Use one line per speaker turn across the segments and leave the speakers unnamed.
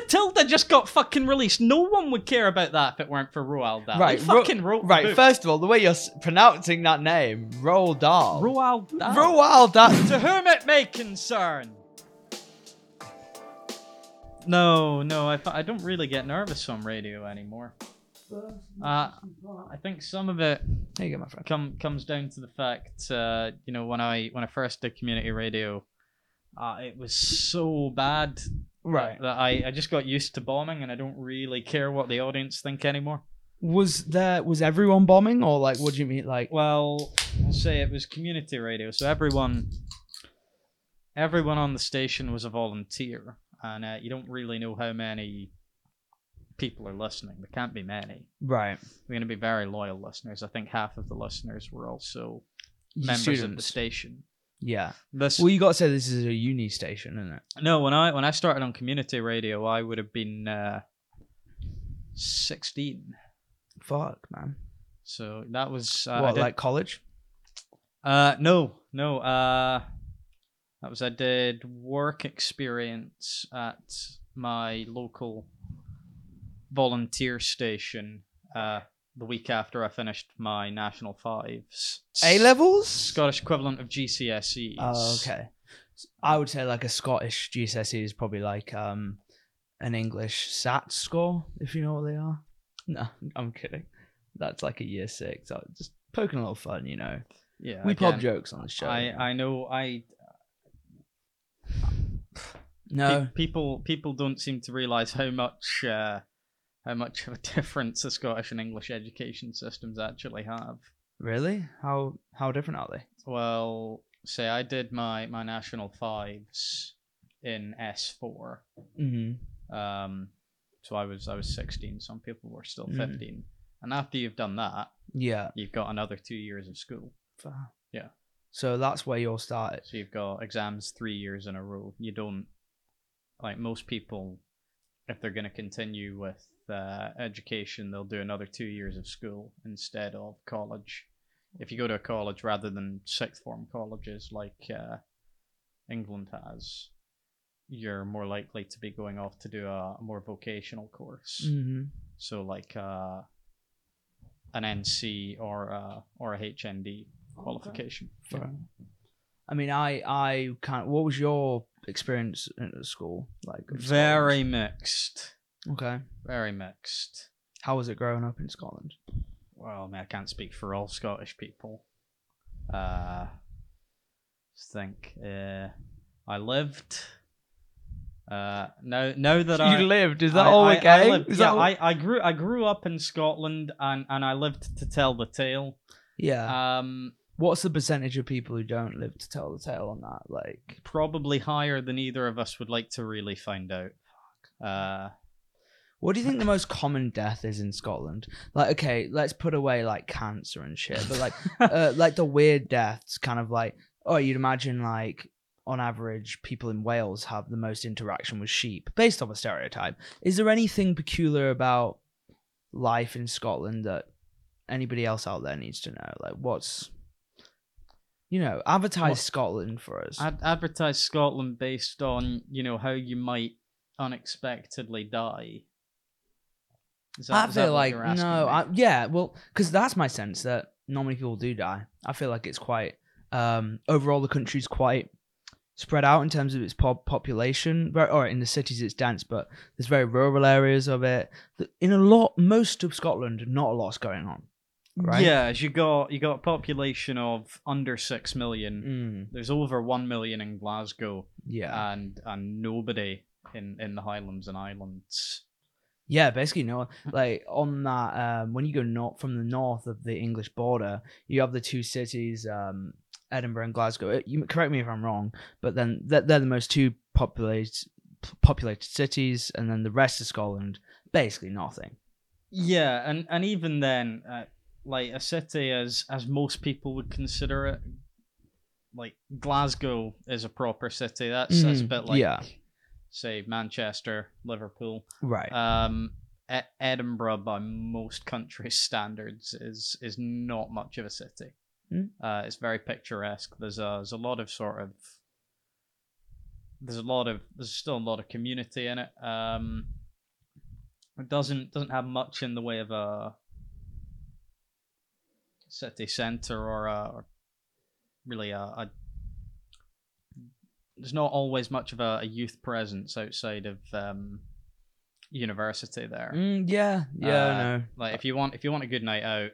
Matilda just got fucking released. No one would care about that if it weren't for Roald Dahl.
Right,
He
Ro-
fucking wrote the
Right,
book.
first of all, the way you're s- pronouncing that name, Roald Dahl.
Roald Dahl.
Roald Dahl.
to whom it may concern. No, no, I, I don't really get nervous on radio anymore. Uh, I think some of it
There you go, my friend.
come comes down to the fact, uh, you know, when I when I first did community radio, uh, it was so bad
Right.
that I, I just got used to bombing and I don't really care what the audience think anymore.
Was there was everyone bombing or like what do you mean like
Well, I'll say it was community radio, so everyone, everyone on the station was a volunteer, and uh, you don't really know how many people are listening. There can't be many.
right
We're going to be very loyal listeners. I think half of the listeners were also
you
members of the
students?
station.
Yeah.
This
Well, you got to say this is a uni station, isn't it?
no, when I when I started on community radio, I would have been uh, sixteen.
Fuck, man.
So that was uh, I
what
did-
like college?
Uh, no, no. Uh, that was I did work experience at my local volunteer station. Uh, the week after I finished my national fives,
A levels?
Scottish equivalent of GCSEs.
Oh, okay. I would say like a Scottish GCSE E is probably like um an English SAT score, if you know what they are. No, I'm kidding. That's like a year six. I was just poking a little fun, you know. um,
Yeah,
We pop
again,
jokes on the show.
I I know I
no,
Pe- people people don't seem to realize how much uh, how much of a difference the Scottish and English education systems actually have.
really? How how different are they?
Well, say I did my my national fives in S four.
Mm-hmm.
Um, so I was I was sixteen. Some people were still
Mhm.
fifteen. And after you've done that,
Yeah.
you've got another two years of school.
Fa-
Yeah.
So that's where you'll start. it.
So you've got exams three years in a row. You don't like most people if they're going to continue with uh, education, they'll do another two years of school instead of college. If you go to a college rather than sixth form colleges like uh, England has, you're more likely to be going off to do a more vocational course.
Mm-hmm.
So like uh, an NC or a, or a HND qualification.
Fair. I mean, I I can't. What was your experience at school like? of
Very mixed.
Scotland? okay.
Very mixed.
How was it growing up in Scotland?
Well, I mean, I can't speak for all Scottish people. Uh, just think. Uh, I lived. Uh, now, now that I
you lived. Is
I-
that all
I-
we
I
gave?
lived-
Is
yeah,
that all-
I, I grew I grew up in Scotland and, and I lived to tell the tale.
yeah.
Um,
Uh, What's the percentage of people who don't live to tell the tale on that? Like,
probably higher than either of us would like to really find out. Uh,
what do you think the most common death is in Scotland? Like, okay, let's put away like cancer and shit, but like, uh, like the weird deaths, kind of like, oh, you'd imagine like on average people in Wales have the most interaction with sheep, based off a stereotype. Is there anything peculiar about life in Scotland that anybody else out there needs to know? Like, what's you know, advertise
What-
Scotland for us.
Ad- advertise Scotland based on you know how you might unexpectedly die. Is
I
is
feel
what
like
you're
no,
asking me?
I, yeah, well, because that's my sense that normally people do die. I feel like it's quite um, overall the country's quite spread out in terms of its pop- population. Very, or in the cities it's dense, but there's very rural areas of it. The- In a lot, most of Scotland, not a lot's going on, right?
Yeah, as you got you got a population of under six million.
Mm,
There's over one million in Glasgow,
yeah,
and and nobody in in the Highlands and Islands.
yeah. Basically, no. Like on that, um, when you go north from the north of the English border, you have the two cities, um, Edinburgh and Glasgow. Uh, You correct me if I'm wrong, but then they're, they're the most two populated populated cities, and then the rest of Scotland, basically nothing.
Yeah, and and even then, uh, like a city as as most people would consider it, like Glasgow is a proper city. That's that's a
Mhm,
bit like
yeah.
say Manchester, Liverpool.
Right.
Um, E- Edinburgh, by most countries' standards, is is not much of a city.
Hmm.
Uh, it's very picturesque. There's a there's a lot of sort of there's a lot of there's still a lot of community in it. Um, It doesn't doesn't have much in the way of a city center or a or really a, a there's not always much of a, a youth presence outside of um, university there.
Mm, yeah, yeah,
Uh,
I know.
Like if you want if you want a good night out,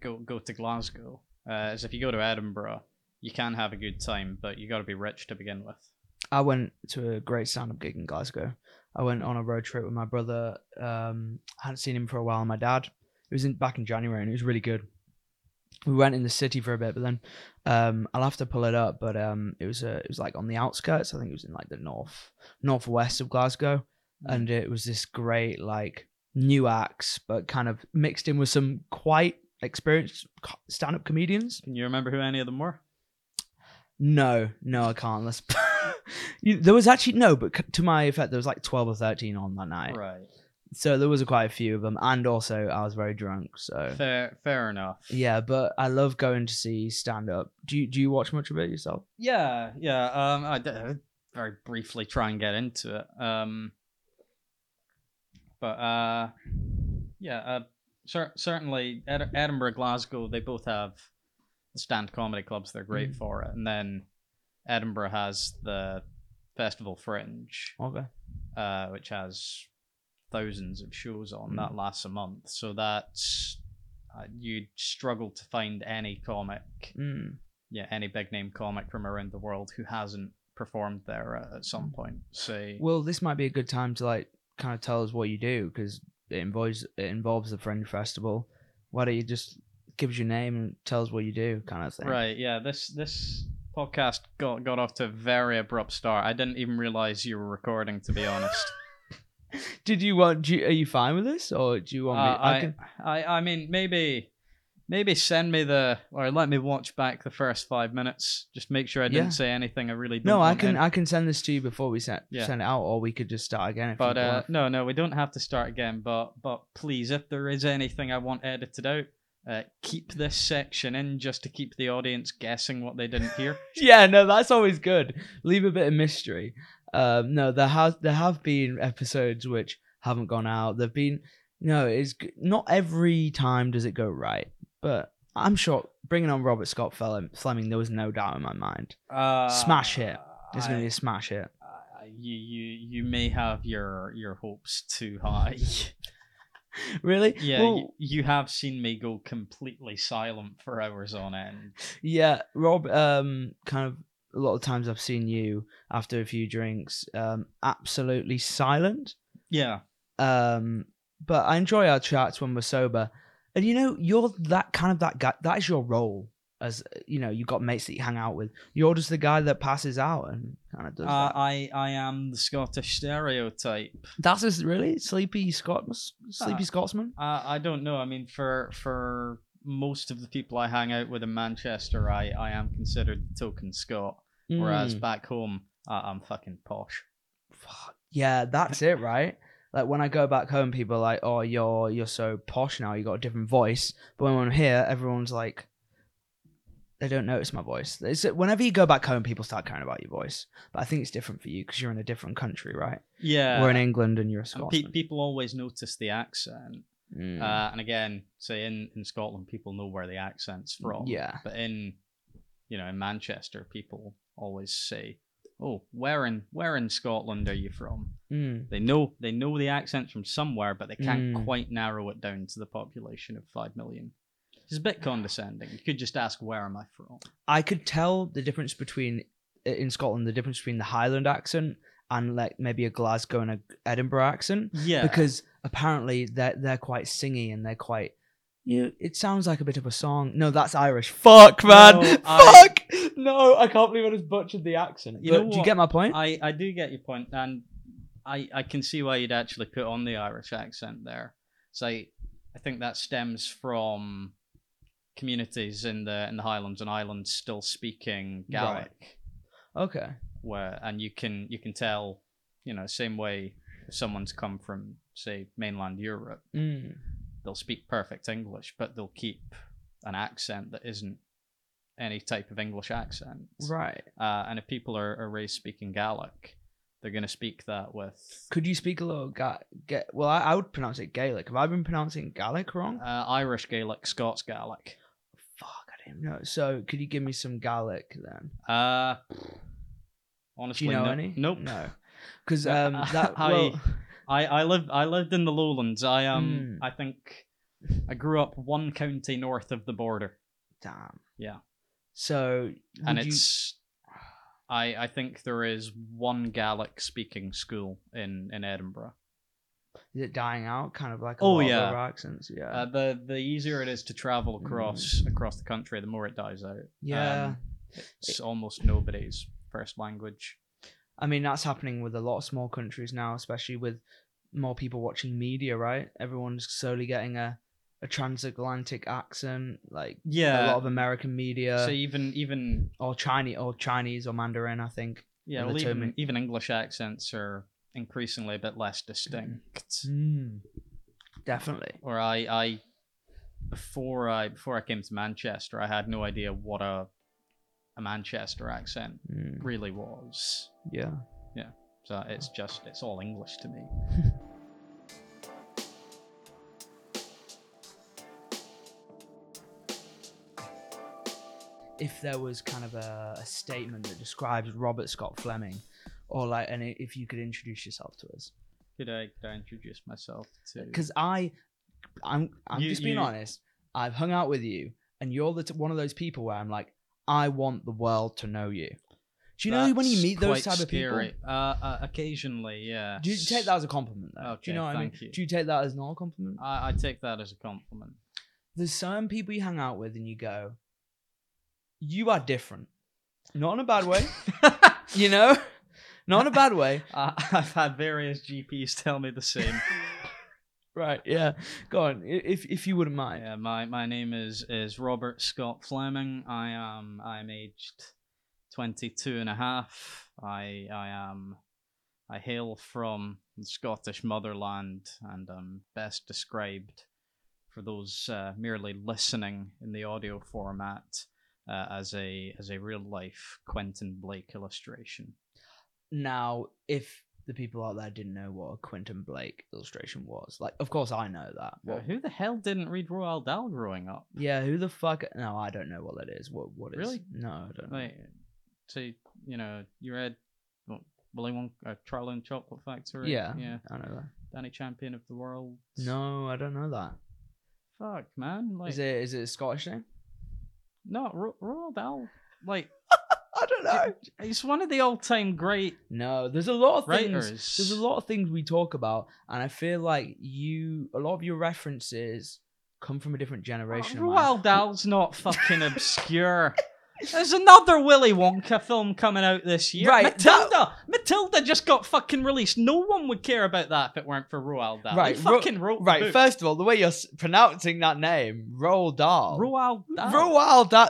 go go to Glasgow. Uh, as if you go to Edinburgh, you can have a good time, but you got to be rich to begin with.
I went to a great stand-up gig in Glasgow. I went on a road trip with my brother. Um, I hadn't seen him for a while. and My dad. It was in, back in January, and it was really good. We went in the city for a bit, but then um, I'll have to pull it up. But um, it was uh it was like on the outskirts. I think it was in like the north northwest of Glasgow,
Mm.
and it was this great like new acts, but kind of mixed in with some quite experienced co- stand-up comedians.
Can you remember who any of them were?
No, no, I can't. Let's. you, there was actually no, but c- to my effect, there was like twelve or thirteen on that night.
Right.
So there was quite a few of them, and also I was very drunk. So
Fair fair enough.
yeah, but I love going to see stand up. Do you do you watch much of it yourself?
Yeah, yeah. Um, I did very briefly try and get into it. Um, but uh, yeah. Uh, cer- certainly Ed- Edinburgh, Glasgow, they both have the stand comedy clubs. They're great
Mm.
for it. And then Edinburgh has the Festival Fringe,
Okay.
uh, which has thousands of shows on
Mm.
that lasts a month. So that's uh, you'd struggle to find any comic
Mm.
yeah, any big name comic from around the world who hasn't performed there uh, at, at some point. Say,
Mm. Well, this might be a good time to like kind of tell us what you do because it involves it involves the Fringe Festival. Why don't you just give us your name and tell us what you do, kind of thing?
right, yeah, this this podcast got got off to a very abrupt start. I didn't even realize you were recording, to be honest.
Did you want? Do you, are you fine with this, or do you
Uh,
want me?
I, I I mean, maybe maybe send me the or let me watch back the first five minutes. Just make sure I didn't
Yeah.
say anything I really. Didn't
No, I
want
can
in.
I can send this to you before we send
Yeah.
send it out, or we could just start again if
But
you
uh,
want.
no, no, we don't have to start again. But but please, if there is anything I want edited out, uh, keep this section in just to keep the audience guessing what they didn't hear.
Yeah, no, that's always good. Leave a bit of mystery. Um, no, there has there have been episodes which haven't gone out. There've been no, it's g- not every time does it go right, but I'm sure bringing on Robert Scott Fleming, Fleming there was no doubt in my mind.
Uh,
Smash hit. It's gonna
I-
be a smash hit.
I- you you you may have your your hopes too high.
Really?
yeah,
Well,
you, you have seen me go completely silent for hours on end.
Yeah, Rob. Um, kind of a lot of times I've seen you after a few drinks, um, absolutely silent.
Yeah,
Um, but I enjoy our chats when we're sober, and you know, you're that kind of that guy. That is your role. As you know, you got mates that you hang out with. You're just the guy that passes out and kind of does
uh,
that.
I I am the Scottish stereotype.
That's just really sleepy Scot, sleepy
Uh,
Scotsman.
Uh, I don't know. I mean, for for most of the people I hang out with in Manchester, I, I am considered the token Scot. Whereas
Mm.
back home, I, I'm fucking posh.
Fuck, Yeah, that's it, right? Like when I go back home, people are like, "Oh, you're you're so posh now. You got a different voice." But when I'm here, everyone's like, they don't notice my voice. It's, whenever you go back home, people start caring about your voice. But I think it's different for you because you're in a different country, right?
Yeah.
We're in England and you're a
and pe-
Scotsman.
people always notice the accent.
Mm,
Uh, and again, say in, in Scotland, people know where the accent's from.
Yeah,
But in, you know, in Manchester, people always say, "Oh, where in where in Scotland are you from?"
Mm,
They know they know the accent's from somewhere, but they can't
Mm.
quite narrow it down to the population of five million. It's a bit condescending. You could just ask, "Where am I from?"
I could tell the difference between in Scotland the difference between the Highland accent and like maybe a Glasgow and a Edinburgh accent.
Yeah,
because apparently they're they're quite singy and they're quite you it sounds like a bit of a song no that's irish fuck man
No,
fuck
I-
no i can't believe i just butchered the accent
You
But
know
do you
what?
get my point
I I do get your point, and I I can see why you'd actually put on the Irish accent there. So I, I think that stems from communities in the in the Highlands and Islands still speaking Gaelic.
okay
where and you can you can tell you know same way if someone's come from say mainland europe
mm.
they'll speak perfect english but they'll keep an accent that isn't any type of english accent
right
uh, and if people are, are raised speaking gaelic they're going to speak that with.
Could you speak a little Ga- Ga- Well, I, I would pronounce it Gaelic. Have I been pronouncing Gaelic wrong?
Uh, Irish Gaelic, Scots Gaelic.
Fuck, I didn't know. So, could you give me some Gaelic then?
Uh,
Do
honestly,
you know
no-
any?
Nope.
No. Because
No,
um, that
I-
well,
I, I live I lived in the lowlands. I um
Hmm.
I think I grew up one county north of the border,
damn.
Yeah.
So,
and
would you-
it's I I think there is one Gaelic speaking school in in Edinburgh.
is it dying out? Kind of like a
Oh,
lot of
yeah.
other accents. Yeah.
Uh, the the easier it is to travel across across the country, the more it dies out.
yeah.
Um, it's almost nobody's first language.
I mean, that's happening with a lot of small countries now, especially with more people watching media, right? Everyone's slowly getting a, a transatlantic accent, like a lot
Yeah.
of American media,
So even even
or Chinese, or Chinese, or Mandarin, I think.
yeah,
the
well, even,
term-
even English accents are increasingly a bit less distinct.
Mm. Definitely.
or I, I before I before I came to Manchester, I had no idea what a a Manchester accent
Mm,
really was.
yeah.
So it's just it's all English to me.
if there was kind of a, a statement that describes Robert Scott Fleming, or like, and i- if you could introduce yourself to us,
Could I, could I introduce myself to?
because I, I'm, I'm
You-
just being
you-
honest. I've hung out with you, and you're the t- one of those people where I'm like, I want the world to know you. Do you know when you
That's
meet those
quite
type of
scary.
people?
Uh, uh, occasionally, yeah.
Do you take that as a compliment though? Do
Okay,
you know what I mean?
thank you. Uh,
Do you take that as not a compliment?
I, I take that as a compliment.
There's certain people you hang out with, and you go, you are different. Not in a bad way, you know. Not in a bad way.
I, I've had various GPs tell me the same.
Right, yeah. Go on, i- if if you wouldn't mind.
Yeah, my, my name is, is Robert Scott Fleming. I am I'm aged 22 and a half. I I am I hail from the Scottish motherland and am best described for those uh, merely listening in the audio format uh, as a as a real life Quentin Blake illustration.
Now, if the people out there didn't know what a Quentin Blake illustration was, like, of course I know that.
Well,
What,
who the hell didn't read Roald Dahl growing up?
yeah, who the fuck? No, I don't know what that is. What what is?
Really?
No, I don't know.
Like, so you know, you read what, Willy Wonka, uh, Charlie and Chocolate Factory.
Yeah,
yeah.
I know that.
Danny Champion of the World.
No, I don't know that.
fuck, man. Like,
Is it is it a Scottish name?
no, Ro- Roald Dahl. Like,
I don't know.
he's one of the all-time great
No, there's a lot of things.
writers.
There's a lot of things we talk about, and I feel like you, a lot of your references come from a different generation. man.
Roald Dahl's not fucking obscure. There's another Willy Wonka film coming out this year.
Right,
Matilda. Matilda just got fucking released. No one would care about that if it weren't for Roald Dahl.
Right,
he
Ro-
fucking wrote the
Right,
book.
first of all, the way you're s- pronouncing that name, Roald Dahl.
Roald Dahl.
Roald Dahl.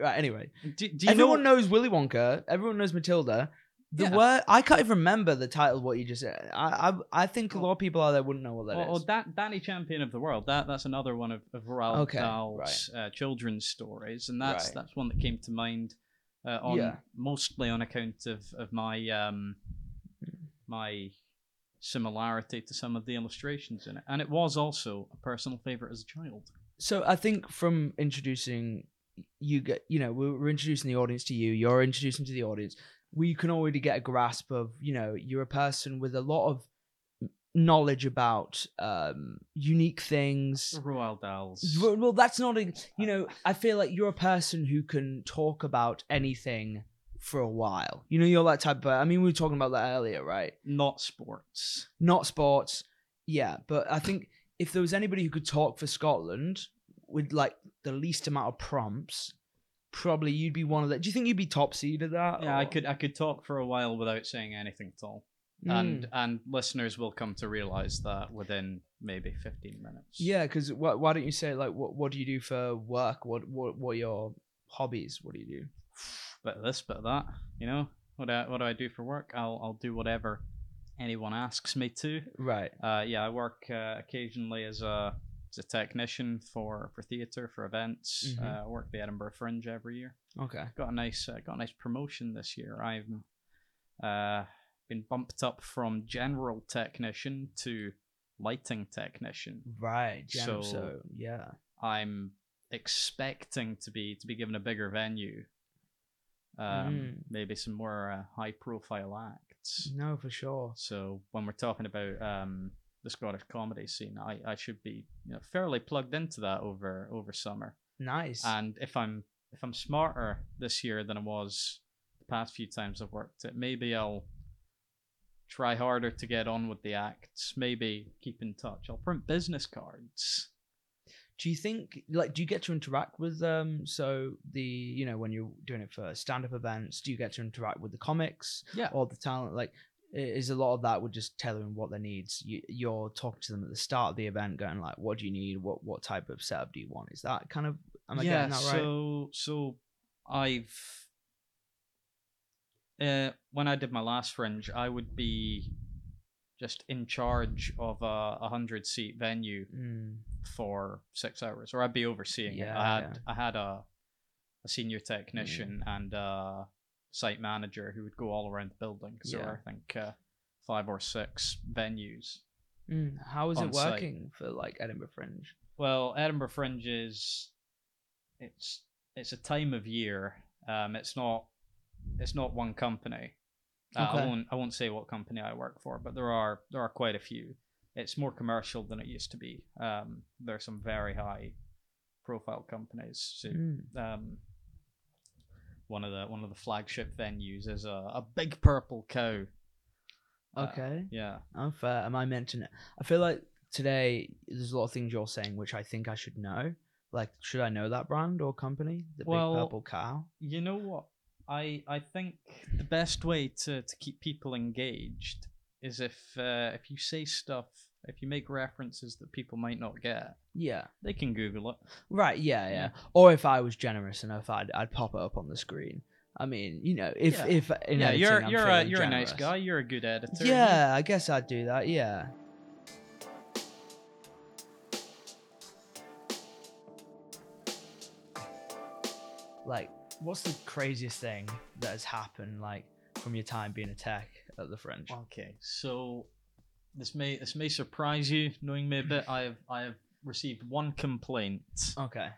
Right, anyway,
Do, do you
everyone
know?
knows Willy Wonka. Everyone knows Matilda. The
Yeah.
word I can't even remember the title. of What you just said. I I, I think a lot of people out there wouldn't know what that
Well,
is.
well, Dan- Danny Champion of the World. That that's another one of, of Roald
Okay,
Dahl's uh, children's stories, and that's
Right.
that's one that came to mind uh, on
Yeah.
mostly on account of of my um my similarity to some of the illustrations in it, and it was also a personal favorite as a child.
so I think from introducing you get you know we're we're introducing the audience to you. You're introducing to the audience. We can already get a grasp of you know you're a person with a lot of knowledge about um unique things
Roald Dahl's.
Well, well, that's not a. You know, I feel like you're a person who can talk about anything for a while. You know, you're that type of. I mean, we were talking about that earlier, right?
uh, not sports.
Not sports, yeah. But I think if there was anybody who could talk for Scotland with like the least amount of prompts, probably you'd be one of that. Do you think you'd be top seed at that?
Yeah, I
or-
could I could talk for a while without saying anything at all,
Mm.
and and listeners will come to realize that within maybe fifteen minutes.
yeah, because why, why don't you say like what what do you do for work? What what what are your hobbies? What do you do?
bit of this, bit of that. You know, what do I, what do I do for work? I'll I'll do whatever anyone asks me to.
Right.
Uh, yeah, I work uh, occasionally as a as a technician for for theatre for events.
Mhm.
Uh, I work the Edinburgh Fringe every year.
Okay.
Got a nice uh, got a nice promotion this year. I've uh, been bumped up from general technician to lighting technician.
Right. Gem, so,
So-
yeah.
I'm expecting to be to be given a bigger venue, um,
Mm.
maybe some more uh, high profile acts.
No, for sure.
So when we're talking about um, the Scottish comedy scene, I, I should be you know fairly plugged into that over over summer.
Nice.
And if I'm if I'm smarter this year than I was the past few times I've worked it, maybe I'll try harder to get on with the acts. Maybe keep in touch. I'll print business cards.
do you think like do you get to interact with um so the you know when you're doing it for stand up events, do you get to interact with the comics
Yeah.
or the talent like i- is a lot of that would just tell them what their needs. You, you're talking to them at the start of the event, going like, "What do you need? What what type of setup do you want?" Is that kind of am I getting that right?
So so I've uh, when I did my last fringe, I would be just in charge of a, a hundred seat venue
Mm,
for six hours, or I'd be overseeing it.
Yeah, Mm.
I had I had a a senior technician and a site manager who would go all around the building. So
Yeah.
I think uh, five or six venues.
Mm, how is it
On site.
working for like Edinburgh Fringe?
Well, Edinburgh Fringe is it's it's a time of year. Um, it's not it's not one company. Uh,
Okay.
I won't I won't say what company I work for, but there are there are quite a few. It's more commercial than it used to be. Um, there are some very high profile companies. So,
Mm.
um, one of the one of the flagship venues is a, a big purple cow. Uh,
Okay.
yeah.
Unfair. Am I meant to know? I feel like today there's a lot of things you're saying which I think I should know. Like, should I know that brand or company? The
Well-
big purple cow.
you know what i i think the best way to to keep people engaged is if uh, if you say stuff if you make references that people might not get
Yeah.
they can google it
Right. Yeah. Yeah. Or if I was generous enough, I'd I'd pop it up on the screen. I mean, you know, if
Yeah.
if in
yeah
editing
you're
I'm
you're a
feeling
you're a nice
generous.
guy you're a good editor
Yeah, I guess I'd do that. Yeah. Like, what's the craziest thing that has happened, like, from your time being a tech at the French?
okay so this may this may surprise you knowing me a bit i have i have received one complaint
Okay.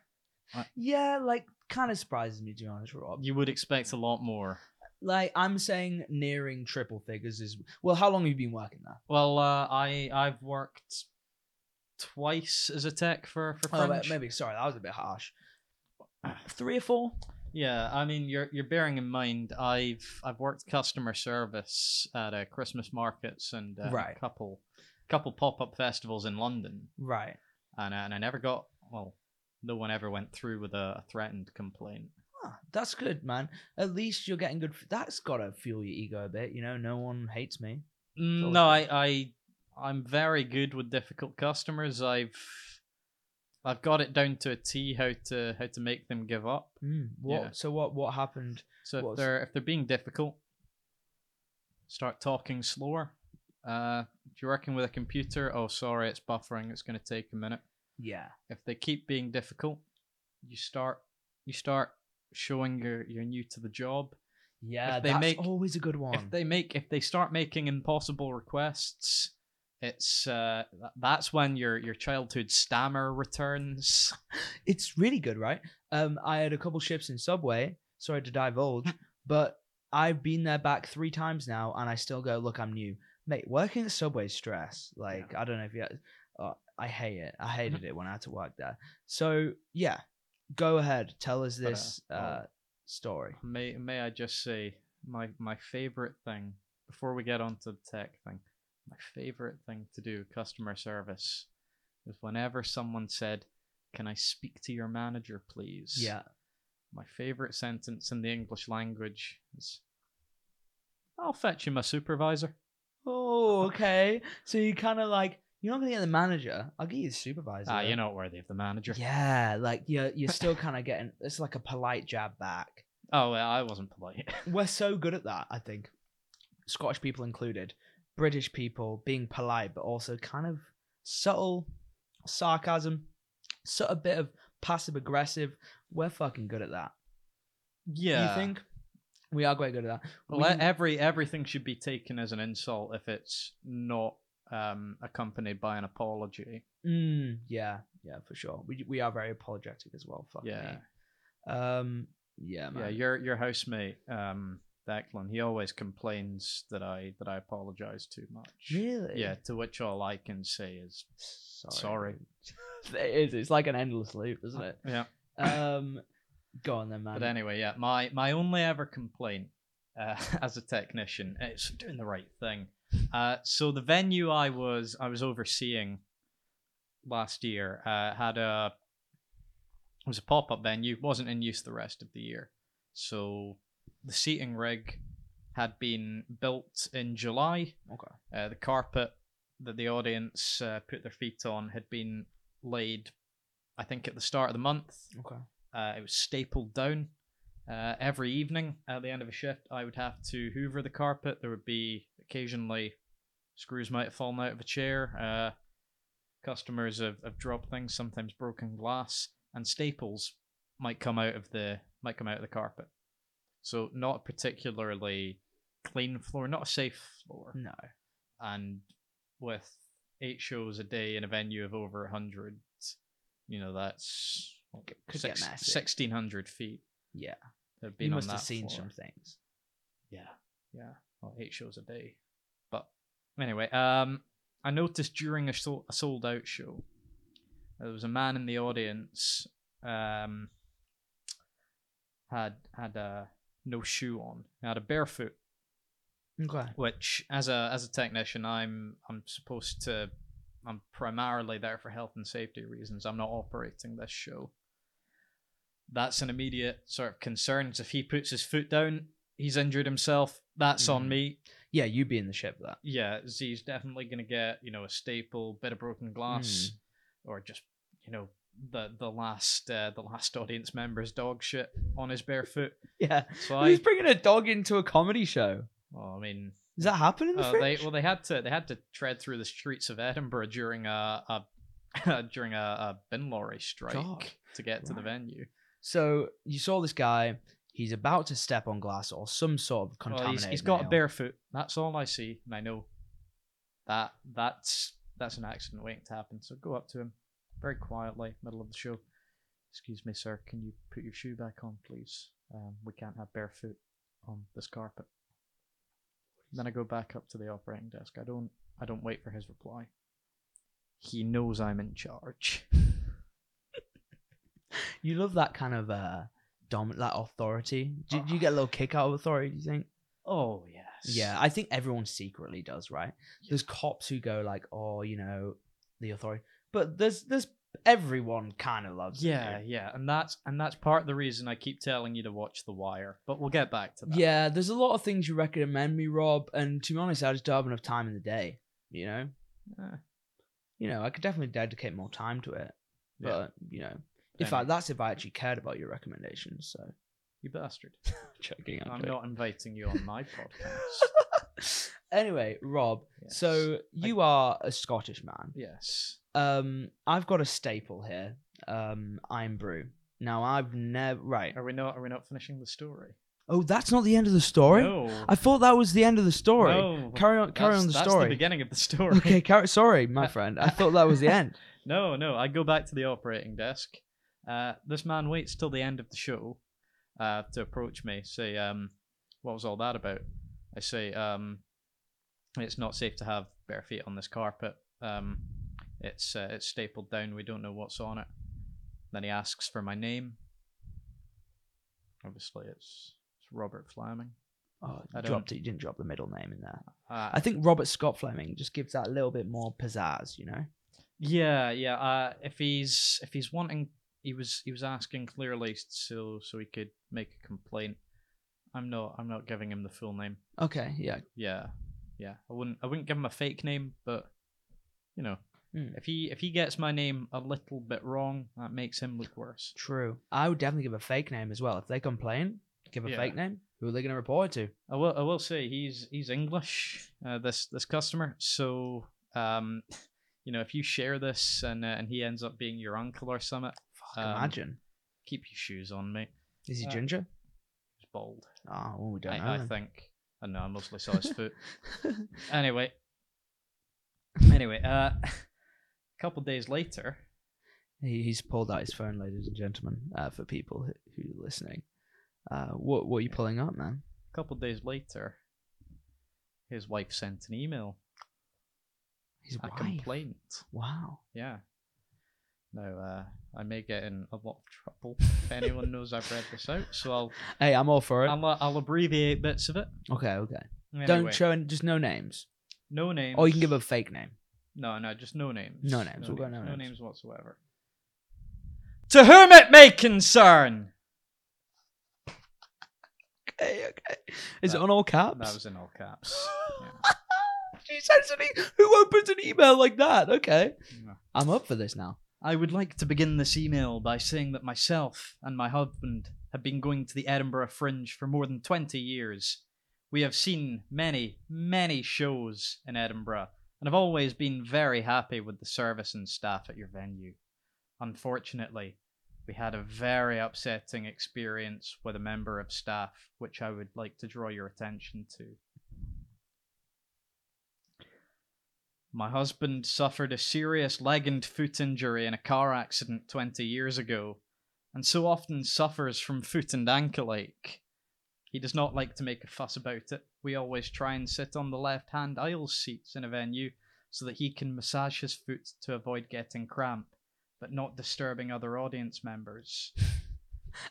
I-
yeah, like, kind of surprises me, to be honest, Rob.
you would expect a lot more
Like, I'm saying nearing triple figures is. Well, how long have you been working there?
well uh, i i've worked twice as a tech for for
Oh,
French.
wait, maybe, sorry, that was a bit harsh. Three or four?
Yeah, I mean, you're you're bearing in mind I've I've worked customer service at uh, Christmas markets and uh,
Right.
a couple couple pop up festivals in London,
Right.
and uh, and I never got well, no one ever went through with a, a threatened complaint.
Ah, that's good, man. At least you're getting good. F- that's gotta fuel your ego a bit, you know. No one hates me.
Mm,
always
No, I I I'm very good with difficult customers. I've I've got it down to a T how to how to make them give up.
Mm, what?
Yeah.
So what? What happened?
So
What
if
was-
they're if they're being difficult, start talking slower. Uh, if you're working with a computer, oh sorry, it's buffering. It's going to take a minute.
Yeah.
If they keep being difficult, you start you start showing you're you're new to the job.
Yeah.
If they
that's
make-
always a good one.
If they make if they start making impossible requests, it's uh th- that's when your your childhood stammer returns.
It's really good, right? Um, I had a couple shifts in Subway. Sorry to divulge,
Hmm.
but I've been there back three times now, and I still go. Look, I'm new, mate. Working at Subway is stress. Like I don't know if you. Uh, I hate it.
Mm-hmm.
I hated it when I had to work there. So yeah, go ahead. Tell us
But, uh,
this uh,
I'll-
story.
May may I just say my my favorite thing before we get onto the tech thing, my favorite thing to do customer service is whenever someone said, "Can I speak to your manager, please?"
Yeah.
My favorite sentence in the English language is, "I'll fetch you my supervisor."
Oh, okay. So you kind of like you're not gonna get the manager. I'll get you the supervisor.
Ah, you're
know.
not worthy of the manager.
Yeah, like you're you're still kind of getting. It's like a polite jab back.
Oh, well, I wasn't polite.
We're so good at that. I think Scottish people included, British people being polite, but also kind of subtle sarcasm, so a bit of passive aggressive. We're fucking good at that.
yeah.
You think? We are quite good at that.
Well, e-
We-
every everything should be taken as an insult if it's not um, accompanied by an apology.
Mm, yeah, yeah, for sure. We we are very apologetic as well. Fuck
Yeah.
me. Um. Yeah, man.
Yeah, your your housemate, um, Declan, he always complains that I that I apologize too much.
really.
Yeah, to which all I can say is
Sorry. Sorry. it is. It's like an endless loop, isn't it?
yeah.
Um. Go on then, man.
But anyway, yeah, my my only ever complaint uh, as a technician is doing the right thing. Uh, so the venue I was I was overseeing last year uh, had a it was a pop up venue wasn't in use the rest of the year. So the seating rig had been built in July.
Okay.
Uh, the carpet that the audience uh, put their feet on had been laid, I think, at the start of the month.
Okay.
Uh, it was stapled down. Uh, every evening at the end of a shift, I would have to hoover the carpet. There would be occasionally screws might have fallen out of a chair. Uh, customers have, have dropped things, sometimes broken glass, and staples might come out of the might come out of the carpet. So not a particularly clean floor, not a safe floor
No.
and with eight shows a day in a venue of over 100 you know that's like
could get
six,
massive.
1600 feet
Yeah.
have been
You
on
must
that
have seen
floor.
some things.
yeah yeah well eight shows a day but anyway um i noticed during a, sol- a sold out show there was a man in the audience um had had a no shoe on had a barefoot
Okay.
which as a as a technician i'm i'm supposed to i'm primarily there for health and safety reasons i'm not operating this show that's an immediate sort of concern 'cause if he puts his foot down he's injured himself that's
Mhm.
on me
Yeah, you be in the ship for that.
yeah z's definitely going to get you know a staple bit of broken glass or just you know the the last uh, the last audience member's dog shit on his bare foot
Yeah.
so
Who's
i
bringing a dog into a comedy show?
well, i mean
Does that happen in the
Uh, they
fridge?
well, they had to they had to tread through the streets of Edinburgh during a, a during a, a bin lorry strike
God.
to get to the
Right.
venue.
So you saw this guy. He's about to step on glass or some sort of
Well,
contaminated.
Oh, he's, he's got a
nail.
barefoot. That's all I see, and I know that that's that's an accident waiting to happen. So go up to him very quietly, middle of the show. Excuse me, sir. Can you put your shoe back on, please? Um, we can't have barefoot on this carpet. Then I go back up to the operating desk. I don't I don't wait for his reply. He knows I'm in charge.
You love that kind of uh, dominant, that authority. Do, do you get a little kick out of authority? Do you think?
Oh yes.
Yeah, I think everyone secretly does, right? There's cops who go like, "Oh, you know, the authority," but there's there's everyone kind of loves. it,
Yeah,
dude.
yeah, and that's and that's part of the reason I keep telling you to watch The Wire. But we'll get back to that.
yeah. There's a lot of things you recommend me, Rob, and to be honest, I just don't have enough time in the day. You know,
Eh,
you know, I could definitely dedicate more time to it,
Yeah.
but you know, in
Anyway,
fact, that's if I actually cared about your recommendations. So
you bastard.
checking out.
I'm not inviting you on my podcast.
anyway, Rob.
Yes.
So you are a Scottish man.
yes,
Um, I've got a staple here. Um, I'm brew. Now I've never right.
are we not? Are we not finishing the story?
Oh, that's not the end of the story.
No,
I thought that was the end of the story.
No.
Carry on, carry
that's,
on the
that's
story.
the beginning of the story.
okay, carry. Sorry, my friend. I thought that was the end.
No, no. I go back to the operating desk. Uh, this man waits till the end of the show uh, to approach me. Say, um, what was all that about? I say, um, it's not safe to have bare feet on this carpet. Um, it's uh, it's stapled down. We don't know what's on it. Then he asks for my name. Obviously, it's, it's Robert Flaming.
Oh,
I
you
don't-
dropped it. You didn't drop the middle name in there.
Uh,
I think Robert Scott Fleming just gives that a little bit more pizzazz, you know.
Yeah, yeah. Uh, if he's if he's wanting, he was he was asking clearly so so he could make a complaint. I'm not I'm not giving him the full name.
Okay, yeah.
Yeah, yeah. I wouldn't I wouldn't give him a fake name, but you know,
Mm.
if he if he gets my name a little bit wrong, that makes him look worse.
True. I would definitely give a fake name as well. If they complain, give a
Yeah.
fake name. Who are they going to report it to?
I will. I will say he's he's English. Uh, this this customer. So um, you know, if you share this and uh, and he ends up being your uncle or something,
Fuck,
Um,
imagine.
keep your shoes on, mate.
Is he
uh,
ginger?
He's bald.
Oh, well, we don't know.
I, I
then.
think. I know. I mostly saw his foot. Anyway. Anyway, uh, a couple days later,
He, he's pulled out his phone, ladies and gentlemen, uh, for people who, who are listening. Uh, what what are you pulling up, man?
a couple days later, his wife sent an email,
His
a
wife.
complaint.
Wow.
Yeah. No, uh, I may get in a lot of trouble if anyone knows I've read this out, so I'll
Hey, I'm all for it.
I'll, uh, I'll abbreviate bits of it.
okay, okay.
Anyway,
Don't show any, just no names.
no names.
Or you can give a fake name.
no, no, just no names.
No names, we'll go no
no
names.
names whatsoever. To whom it may concern.
Okay, okay. Is
That-
it on all caps?
That was in all caps.
she sends an e- Who opens an email like that? Okay.
No.
I'm up for this now.
I would like to begin this email by saying that myself and my husband have been going to the Edinburgh Fringe for more than 20 years. We have seen many, many shows in Edinburgh and have always been very happy with the service and staff at your venue. Unfortunately, we had a very upsetting experience with a member of staff, which I would like to draw your attention to. My husband suffered a serious leg and foot injury in a car accident 20 years ago, and so often suffers from foot and ankle ache. He does not like to make a fuss about it. We always try and sit on the left hand aisle seats in a venue so that he can massage his foot to avoid getting cramp, but not disturbing other audience members.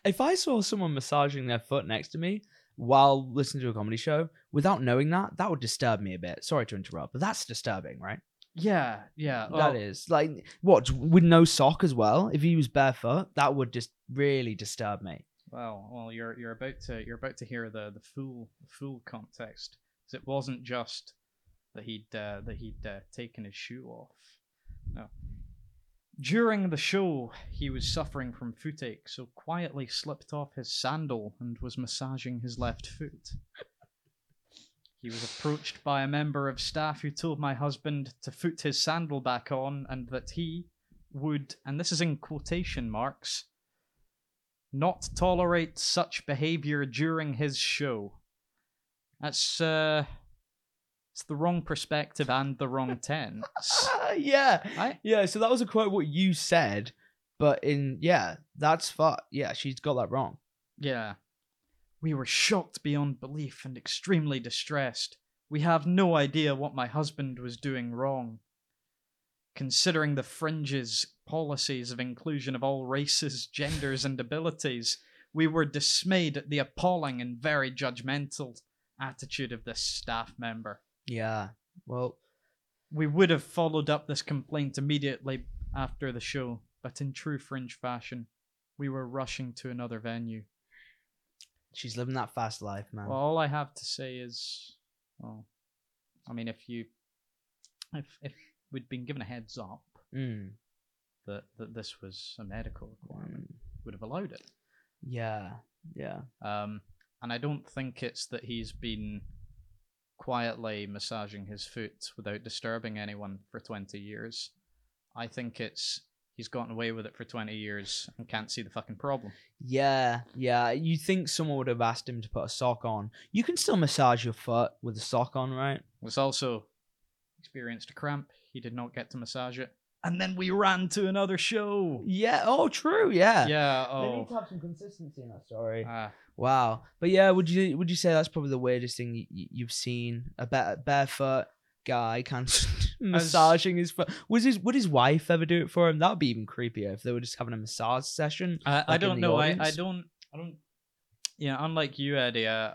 If I saw someone massaging their foot next to me while listening to a comedy show without knowing that, that would disturb me a bit. Sorry to interrupt, but that's disturbing, right?
Yeah, yeah. Oh,
that is like what with no sock as well. If he was barefoot, that would just really disturb me.
Well, well, you're you're about to you're about to hear the the full full context. 'Cause it wasn't just that he'd uh, that he'd uh, taken his shoe off. No. During the show, he was suffering from foot ache, so quietly slipped off his sandal and was massaging his left foot. He was approached by a member of staff who told my husband to foot his sandal back on and that he would, and this is in quotation marks, not tolerate such behavior during his show. That's uh it's the wrong perspective and the wrong tense.
Ah, yeah,
I-
yeah. So that was a quote what you said, but in yeah, that's fu Yeah, she's got that wrong.
Yeah. We were shocked beyond belief and extremely distressed. We have no idea what my husband was doing wrong. Considering the fringe's policies of inclusion of all races, genders, and abilities, we were dismayed at the appalling and very judgmental attitude of this staff member.
Yeah. Well,
We would have followed up this complaint immediately after the show, but in true fringe fashion, we were rushing to another venue.
she's living that fast life, man.
Well, all I have to say is, well, I mean, if you, if if we'd been given a heads up
Mm,
that that this was a medical requirement,
mm.
would have allowed it.
Yeah. Yeah.
Um, and I don't think it's that he's been quietly massaging his foot without disturbing anyone for 20 years. I think it's he's gotten away with it for 20 years and can't see the fucking problem.
Yeah, yeah. You think someone would have asked him to put a sock on? You can still massage your foot with a sock on, right?
was also experienced a cramp. He did not get to massage it. And then we ran to another show.
Yeah. Oh, true. Yeah.
Yeah,
They need to
oh.
have some consistency in that story.
ah,
Wow. But yeah, would you would you say that's probably the weirdest thing you, you've seen? A ba- barefoot guy kind of massaging his foot. Was his would his wife ever do it for him? That would be even creepier if they were just having a massage session.
I, I
Like in
don't
the
know. I, I
audience?
don't. I don't. Yeah, unlike you, Eddie, uh,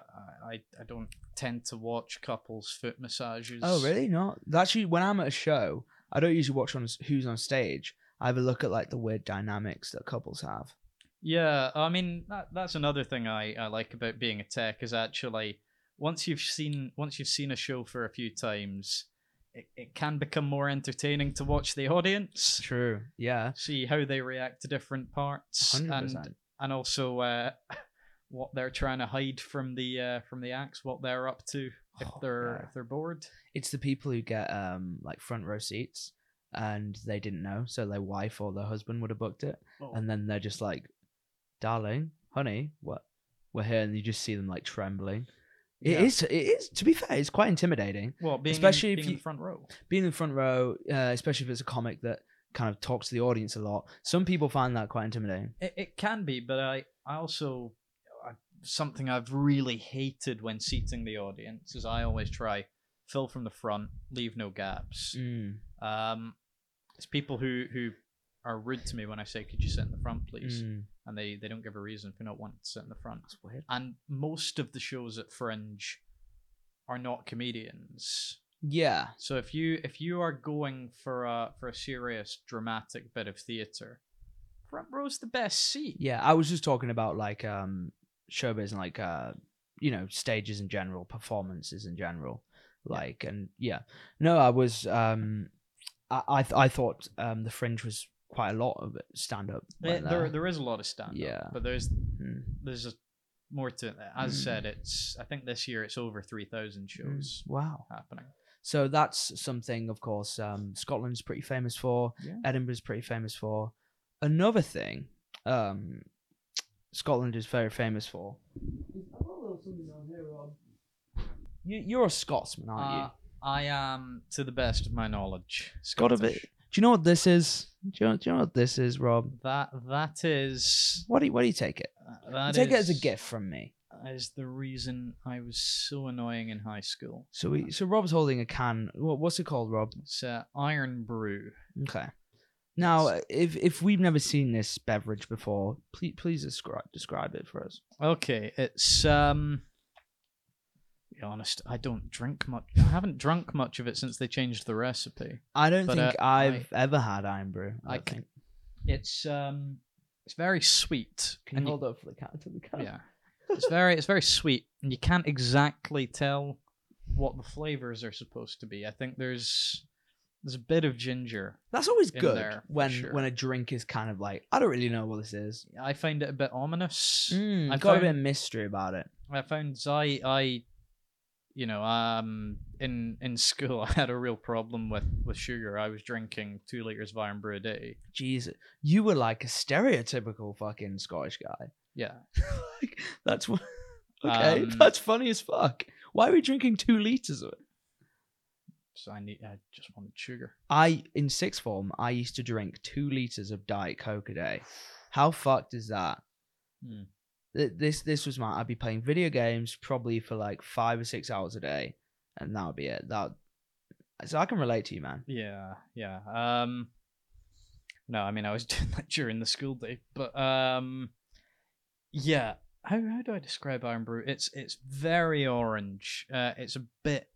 I, I I don't tend to watch couples foot massages.
Oh, really? Not actually. When I'm at a show, I don't usually watch on s- who's on stage. I have a look at like the weird dynamics that couples have.
Yeah, I mean that, that's another thing I, I like about being a tech is actually once you've seen once you've seen a show for a few times, it, it can become more entertaining to watch the audience.
True. Yeah.
see how they react to different parts and
100%.
and also uh, what they're trying to hide from the uh, from the acts, what they're up to if
Oh,
they're
yeah.
if they're bored.
It's the people who get um like front row seats and they didn't know, so their wife or their husband would have booked it. and then they're just like, "Darling, honey, what? were here, and you just see them like trembling. It
Yeah.
is. It is. To be fair, it's quite intimidating.
Well, being
Especially
in,
if
being in
you-
the front row.
Being in the front row, uh, especially if it's a comic that kind of talks to the audience a lot. Some people find that quite intimidating.
It, it can be, but I, I also I, something I've really hated when seating the audience is I always try fill from the front, leave no gaps.
Mm.
Um, it's people who who are rude to me when I say, "Could you sit in the front, please?"
Mm.
and they they don't give a reason for not wanting to sit in the front.
That's weird.
And most of the shows at Fringe are not comedians.
Yeah.
So if you if you are going for a for a serious dramatic bit of theater, front row's the best seat.
Yeah. I was just talking about like um showbiz and like uh you know stages in general, performances in general, like and yeah. No, I was um I I, th- I thought um the fringe was quite a lot of stand up.
Eh, there there is a lot of stand up,
Yeah.
but there's
Mm.
there's a more to it. As
Mm.
said, it's I think this year it's over three thousand
Hmm.
shows
Wow.
happening.
So that's something, of course, um, Scotland's pretty famous for.
Yeah.
Edinburgh's pretty famous for. Another thing um, Scotland is very famous for. You, you're a Scotsman, aren't
Uh, I am, to the best of my knowledge,
you? Got a bit.
Scottish.
Do you know what this is? Do you know, do you know what this is, Rob?
That that is
What do you, what do you take it? You
that
take it as a
is-
gift from me.
that Is the reason I was so annoying in high school.
So we, so Rob's holding a can. What, what's it called, Rob?
It's uh, Iron Brew.
Okay. Now, if if we've never seen this beverage before, please please describe describe it for us.
Okay, it's um. To be honest, I don't drink much. I haven't drunk much of it since they changed the recipe.
I don't
But,
think
uh,
I've ever had iron brew. I,
I
don't
can-
think.
It's um, it's very sweet.
Can
and
you hold up for the can to the can?
Yeah, it's very it's very sweet, and you can't exactly tell what the flavors are supposed to be. I think there's there's a bit of ginger.
That's always
In
good
there, for
when
sure.
when a drink is kind of like I don't really know what this is.
I find it a bit ominous.
Mm,
I've
got a
found-
bit of mystery about it.
I found I I you know um in in school I had a real problem with with sugar. I was drinking two liters of iron brew a day.
Jesus, you were like a stereotypical fucking Scottish guy.
Yeah,
like, that's what. Okay,
Um,
that's funny as fuck. Why are we drinking two liters of it?
so I need I just wanted sugar.
I in sixth form, I used to drink two liters of Diet Coke a day. How fucked is that?
Hmm.
Th- This this was my. I'd be playing video games probably for like five or six hours a day, and that would be it. That so I can relate to you, man.
Yeah, yeah. Um No, I mean I was doing that during the school day, but um yeah. How how do I describe Iron Brew? It's it's very orange. Uh it's a bit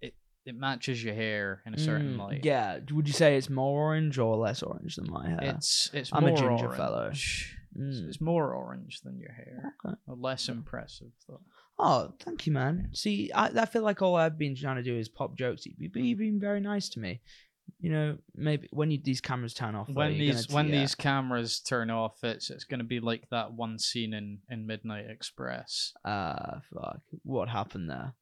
it it matches your hair in a certain
Mm,
light.
Yeah. Would you say it's more orange or less orange than my hair?
It's it's
I'm a
more
ginger
orange.
fellow.
It's,
Mm.
it's more orange than your hair.
Okay.
Or less impressive though.
Oh, thank you, man. See, I, I feel like all I've been trying to do is pop jokes. You've been, you've been very nice to me. You know, maybe when you, these cameras turn off, though,
When
you're gonna
these
t-
when
yeah.
these cameras turn off, it's it's gonna be like that one scene in, in Midnight Express.
Uh, fuck. What happened there?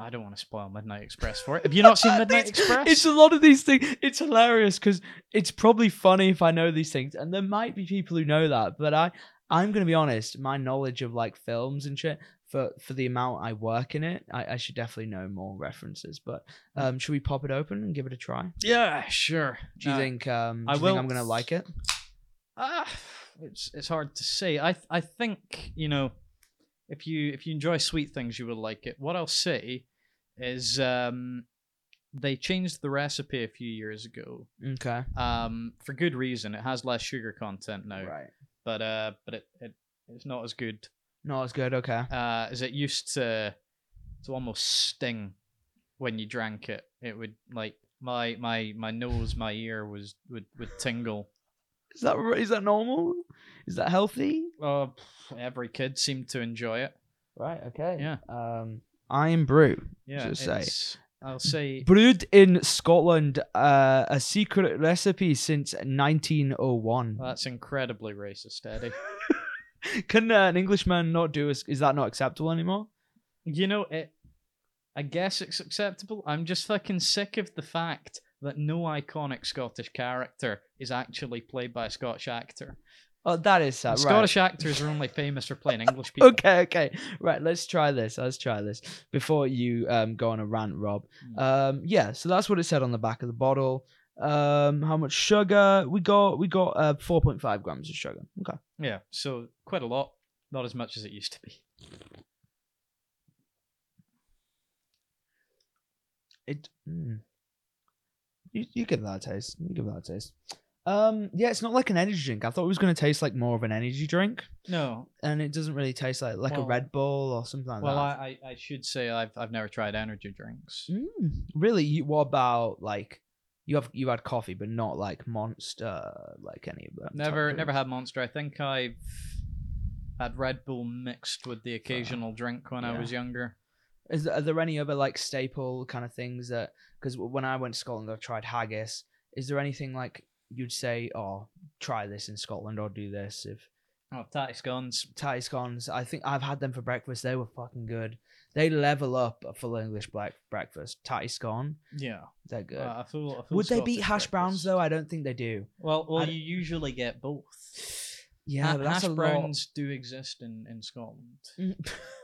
I don't want to spoil Midnight Express for it. Have you not seen Midnight
These-
Express?
It's a lot of these things. It's hilarious because it's probably funny if I know these things, and there might be people who know that. But I, I'm gonna be honest. My knowledge of like films and shit for for the amount I work in it, I, I should definitely know more references. But um, should we pop it open and give it a try?
yeah, sure.
Do you
Uh,
think um, do
I
you
will-
think I'm gonna like it?
ah, it's it's hard to say. I I think you know, if you if you enjoy sweet things, you will like it. What I'll say is, um, they changed the recipe a few years ago,
Okay.
um, for good reason. It has less sugar content now,
Right.
but uh, but it, it it's not as good
No, it's good. Okay.
uh, as it used to to almost sting when you drank it. It would like my my my nose, my ear was would would tingle.
Is that is that normal? Is that healthy?
Uh, every kid seemed to enjoy it.
Right. Okay.
Yeah.
Um, Iron Brew.
Yeah,
Just say.
it's- I'll say
Brewed in Scotland, uh, a secret recipe since 1901.
that's incredibly racist, Eddie.
Can uh, an Englishman not do? Is, is that not acceptable anymore?
You know it. I guess it's acceptable. I'm just fucking sick of the fact that no iconic Scottish character is actually played by a Scottish actor.
Oh, that is sad. right.
Scottish actors are only famous for playing English people.
Okay, okay. Right, let's try this. Let's try this. Before you um, go on a rant, Rob.
Mm.
Um, yeah, so that's what it said on the back of the bottle. Um, how much sugar? We got we got uh, 4.5 grams of sugar. Okay.
Yeah, so quite a lot. Not as much as it used to be.
It mm. you, you give that a taste. You give that a taste. Um, yeah, it's not like an energy drink. I thought it was gonna taste like more of an energy drink,
No.
and it doesn't really taste like like a
Well-
Red Bull or something like
Well,
that.
I, I, I should say I've I've never tried energy drinks.
Mm, really? You, what about like you have you had coffee, but not like Monster, like any of that? type
Never
of
never
drinks?
had Monster. I think I've had Red Bull mixed with the occasional drink when I
yeah.
was younger.
Is there, are there any other like staple kind of things that? Because when I went to Scotland, I tried haggis. Is there anything like you'd say, oh, try this in Scotland or do this if
Oh, tatty scones.
Thai scones? I think I've had them for breakfast. They were fucking good. They level up a full English black breakfast. Thai scone,
Yeah.
they're good.
Uh, a full, a full
Would they beat
Scottish
hash browns
breakfast.
though? I don't think they do.
Well, well,
I
you usually get both.
Yeah,
Ha-
but that's
hash
a lot.
browns do exist in in Scotland.
Mm.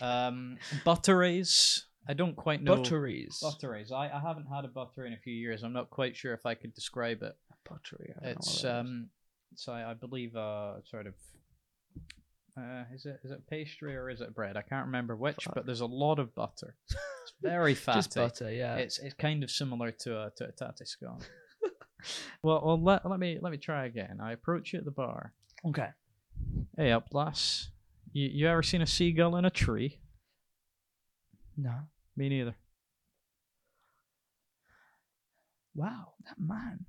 um, butteries. I don't quite know.
Butteries.
Butteries. I, I haven't had a buttery in a few years. I'm not quite sure if I could describe it.
Buttery. I don't know
It's
what that is.
um, it's I, I believe uh sort of. Uh, is it is it pastry or is it bread? I can't remember which,
Fuck.
but there's a lot of butter. It's very fatty.
just butter. Yeah.
It's it's kind of similar to a to a tatty scone. well, well let, let me let me try again. I approach you at the bar.
okay.
Hey up lass. You you ever seen a seagull in a tree?
No.
Me neither.
Wow, that man.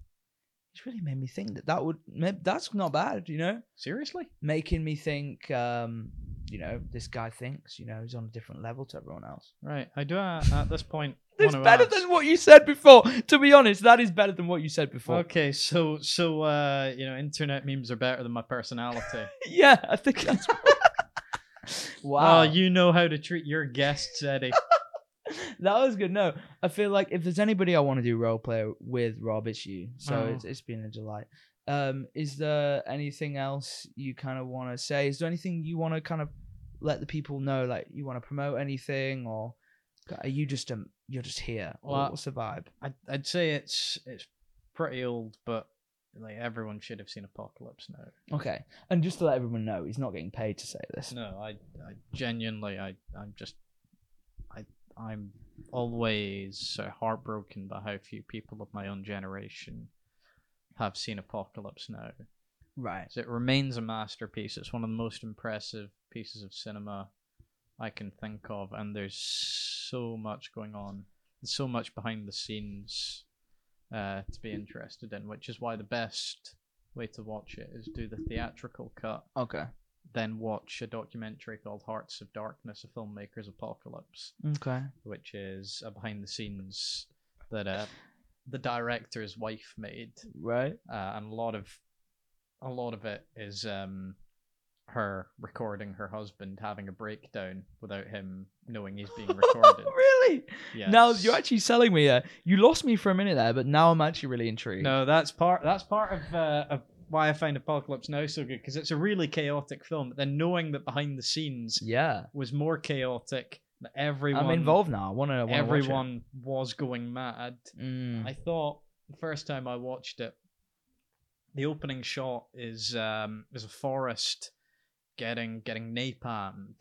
It's really made me think that that would. Maybe, that's not bad, you know.
Seriously?
Making me think. um you know, this guy thinks, you know, he's on a different level to everyone else.
Right. I do uh, at this point.
It's
wanna
better
ask-
than what you said before. To be honest, that is better than what you said before.
Okay, so so uh, you know, internet memes are better than my personality.
Yeah, I think that's. wow.
Well, you know how to treat your guests, Eddie.
that was good. No, I feel like if there's anybody I want to do role play with, Rob, it's you. So
Oh.
it's, it's been a delight. Um, is there anything else you kind of want to say? Is there anything you want to kind of let the people know? Like you want to promote anything, or are you just um you're just here? Or
Well,
what's the vibe?
I'd, I'd say it's it's pretty old, but like everyone should have seen Apocalypse now.
Okay, and just to let everyone know, he's not getting paid to say this.
No, I, I genuinely, I, I'm just, I, I'm always so heartbroken by how few people of my own generation have seen Apocalypse Now.
Right.
So it remains a masterpiece. It's one of the most impressive pieces of cinema I can think of, and there's so much going on, and so much behind the scenes uh, to be interested in, which is why the best way to watch it is do the theatrical cut
Okay.
then watch a documentary called Hearts of Darkness, a filmmaker's apocalypse,
Okay.
which is a behind the scenes that uh, the director's wife made,
Right.
uh, and a lot of a lot of it is um, her recording her husband having a breakdown without him knowing he's being recorded.
really?
yes.
Now you're actually selling me. Uh, you lost me for a minute there, but now I'm actually really intrigued.
No, that's part. That's part of, uh, of why I find Apocalypse Now so good because it's a really chaotic film. But then knowing that behind the scenes
Yeah.
was more chaotic. That everyone
I'm involved now. I want to.
Everyone was going mad.
Mm.
I thought the first time I watched it, the opening shot is um is a forest getting getting napalmed.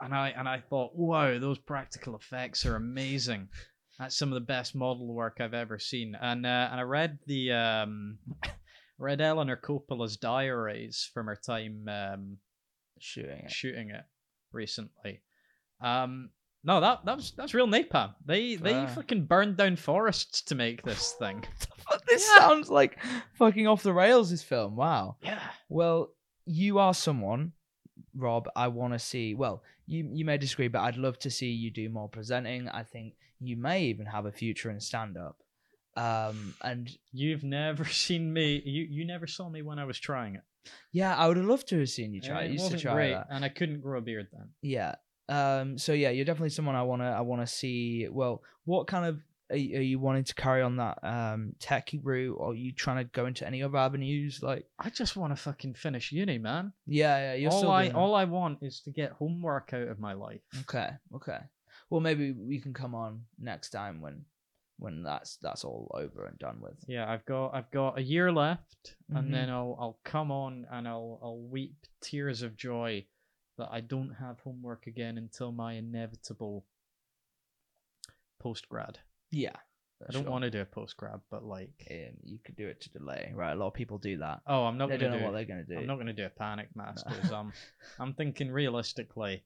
And I and I thought, wow, those practical effects are amazing. That's some of the best model work I've ever seen. And uh, and I read the um read Eleanor Coppola's diaries from her time um
shooting it.
shooting it recently. Um, no, that that was that's real napalm. They they
Wow.
fucking burned down forests to make this thing.
But this
Yeah.
sounds like fucking off the rails. This film. Wow.
yeah.
Well, you are someone, Rob. I want to see. Well, you you may disagree, but I'd love to see you do more presenting. I think you may even have a future in stand up. Um, and
You've never seen me. You you never saw me when I was trying it.
yeah, I would have loved to have seen you try. I
it
used to
wasn't
try
great,
that.
and I couldn't grow a beard then.
Yeah. Um. So yeah, you're definitely someone I wanna I wanna see. Well, what kind of are you, are you wanting to carry on that um techie route or are you trying to go into any other avenues like
I just want to fucking finish uni, man.
yeah yeah you're
all
still
I
doing that.
all I want is to get homework out of my life.
okay okay well maybe we can come on next time when when that's that's all over and done with
Yeah, I've got I've got a year left,
Mhm.
and then I'll I'll come on and I'll I'll weep tears of joy that I don't have homework again until my inevitable post grad.
yeah
I don't want to do a post grad, but like,
um, you could do it to delay right a lot of people do that
oh, I'm not
they
gonna
don't know
do.
what they're gonna do
I'm not gonna do a panic masters. um, I'm thinking realistically.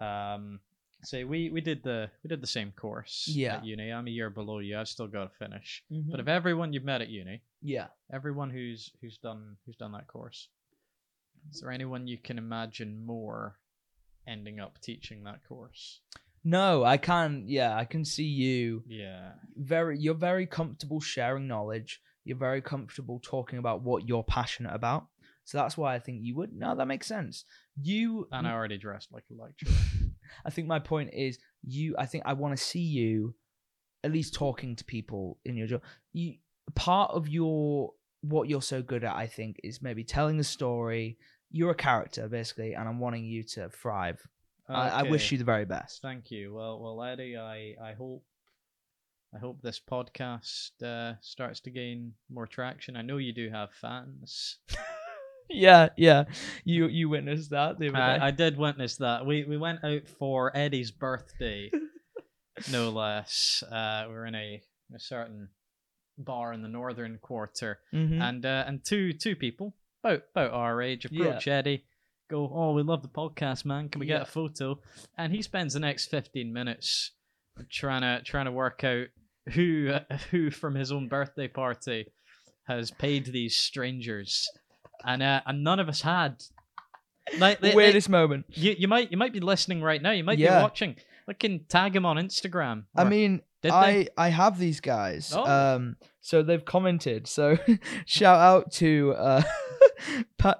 Um, say we we did the we did the same course
Yeah.
at uni. I'm a year below you. I've still got to finish.
Mhm.
But of everyone you've met at uni,
yeah
everyone who's who's done who's done that course is there anyone you can imagine more ending up teaching that course
no i can yeah i can see you
yeah
very you're very comfortable sharing knowledge you're very comfortable talking about what you're passionate about so that's why i think you would no that makes sense you
and i already dressed like a lecturer
i think my point is you i think i want to see you at least talking to people in your job you part of your what you're so good at i think is maybe telling a story you're a character basically and i'm wanting you to thrive I, I wish
Okay,
you the very best
thank you well well eddie i i hope i hope this podcast uh, starts to gain more traction i know you do have fans
yeah yeah you you witnessed that the other day.
I, I did witness that. We we went out for Eddie's birthday, no less. Uh, we were in a, a certain bar in the northern quarter,
Mhm.
and uh, and two two people about about our age approach Eddie, go, oh, we love the podcast, man. Can we get
Yeah.
a photo? And he spends the next fifteen minutes trying to trying to work out who who from his own birthday party has paid these strangers, and uh, and none of us had. Like, they- they-
weirdest moment
you, you might you might be listening right now. You might
Yeah.
be watching. Like, can tag him on Instagram.
I
Or
mean,
did they?
I I have these guys.
Oh.
Um, so they've commented. So shout out to uh, pa-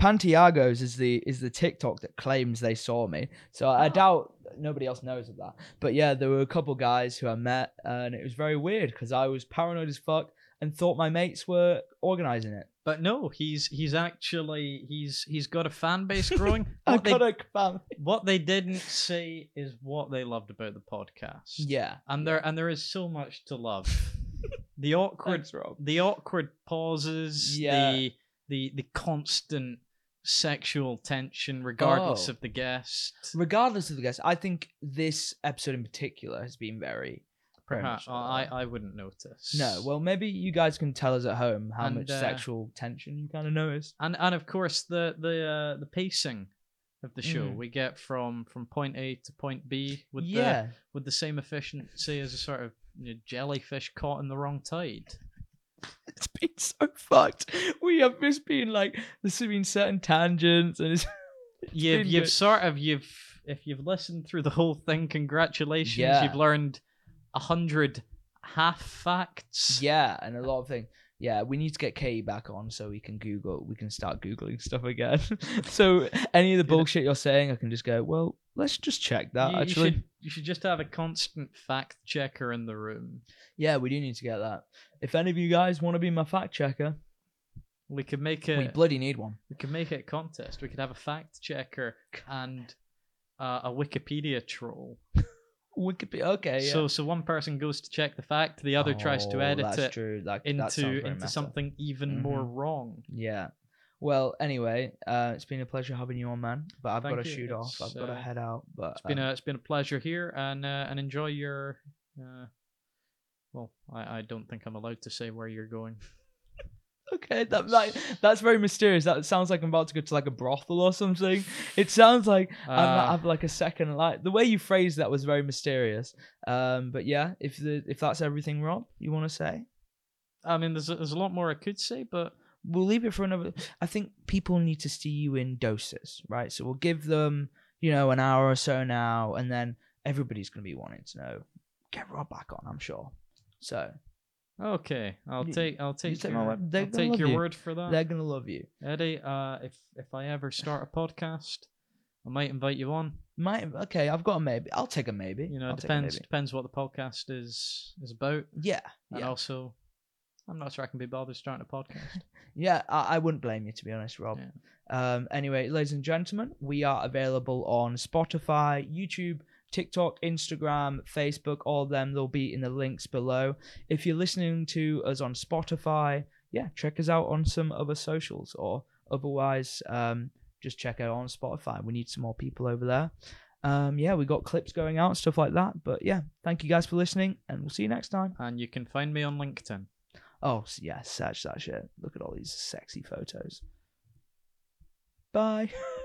Pantiagos is the is the TikTok that claims they saw me. So I
Ah.
doubt nobody else knows of that. But yeah, there were a couple guys who I met, and it was very weird because I was paranoid as fuck and thought my mates were organizing it.
but no, he's he's actually he's he's got a fan base growing.
I
what, they,
got a fam-
what they didn't say is what they loved about the podcast.
Yeah.
And there and there is so much to love. the awkward
Thanks, Rob.
the awkward pauses,
Yeah.
the the the constant sexual tension regardless
Oh.
of the guest.
Regardless of the guest, I think this episode in particular has been very. very
Perhaps
much
I, I wouldn't notice.
No, well, maybe you guys can tell us at home how
And,
much
uh,
sexual tension you kind of noticed.
and and of course the the uh, the pacing of the show
Mm.
we get from from point A to point B with the
yeah,
with the same efficiency as a sort of you know, jellyfish caught in the wrong tide.
it's been so fucked. We have just been like, there's been certain tangents, and it's
You've
been
you've
good.
sort of you've if you've listened through the whole thing, congratulations,
Yeah.
you've learned a hundred half facts.
yeah, and a lot of things. Yeah, we need to get Katie back on so we can Google, we can start googling stuff again. so any of the
Yeah.
bullshit you're saying, I can just go, well, let's just check that.
You- you
actually,
should, you should just have a constant fact checker in the room.
yeah, we do need to get that. If any of you guys want to be my fact checker,
We could make it.
we bloody need one.
We could make it a contest. We could have a fact checker and uh, a Wikipedia troll.
We could be okay. Yeah.
So so one person goes to check the fact, the other tries to
Oh,
edit
that's
it
true. Like, that sounds
into
very
into
meta. Mm-hmm.
something even more wrong.
Yeah. Well, anyway, uh, it's been a pleasure having you on, man. But I've got
Thank
to
you.
shoot off.
It's,
I've got to
uh,
head out. But
It's been
um,
a it's been a pleasure here, and uh, and enjoy your. Uh, well, I, I don't think I'm allowed to say where you're going.
okay. That, that that's very mysterious. That sounds like I'm about to go to like a brothel or something. It sounds like I'm
Uh,
I have like a second like the way you phrased that was very mysterious. Um, but yeah, if the if that's everything, Rob, you want to say,
I mean, there's a, there's a lot more I could say, but
we'll leave it for another. I think people need to see you in doses, right? So we'll give them you know an hour or so now, and then everybody's gonna be wanting to know. Get Rob back on, I'm sure. So.
okay, I'll
You-
take I'll take
take my
your,
word. They're
I'll
gonna
take
love
your
you.
word for that.
They're gonna love you.
Eddie, uh, if if I ever start a podcast, I might invite you on.
Might okay, I've got a maybe. I'll take a maybe.
You know,
I'll
it
take a
depends
maybe.
depends what the podcast is is about,
Yeah,
and
yeah.
also, I'm not sure I can be bothered starting a podcast.
Yeah, I, I wouldn't blame you to be honest, Rob.
Yeah.
Um, anyway, ladies and gentlemen, we are available on Spotify, YouTube, TikTok, Instagram, Facebook, all of them. They'll be in the links below. If you're listening to us on Spotify, yeah, check us out on some other socials or otherwise, um, just check out on Spotify. We need some more people over there. Um, yeah, we got clips going out, stuff like that. But yeah, thank you guys for listening, and we'll see you next time.
and you can find me on LinkedIn.
Oh, s- yeah, search that shit. Look at all these sexy photos. Bye.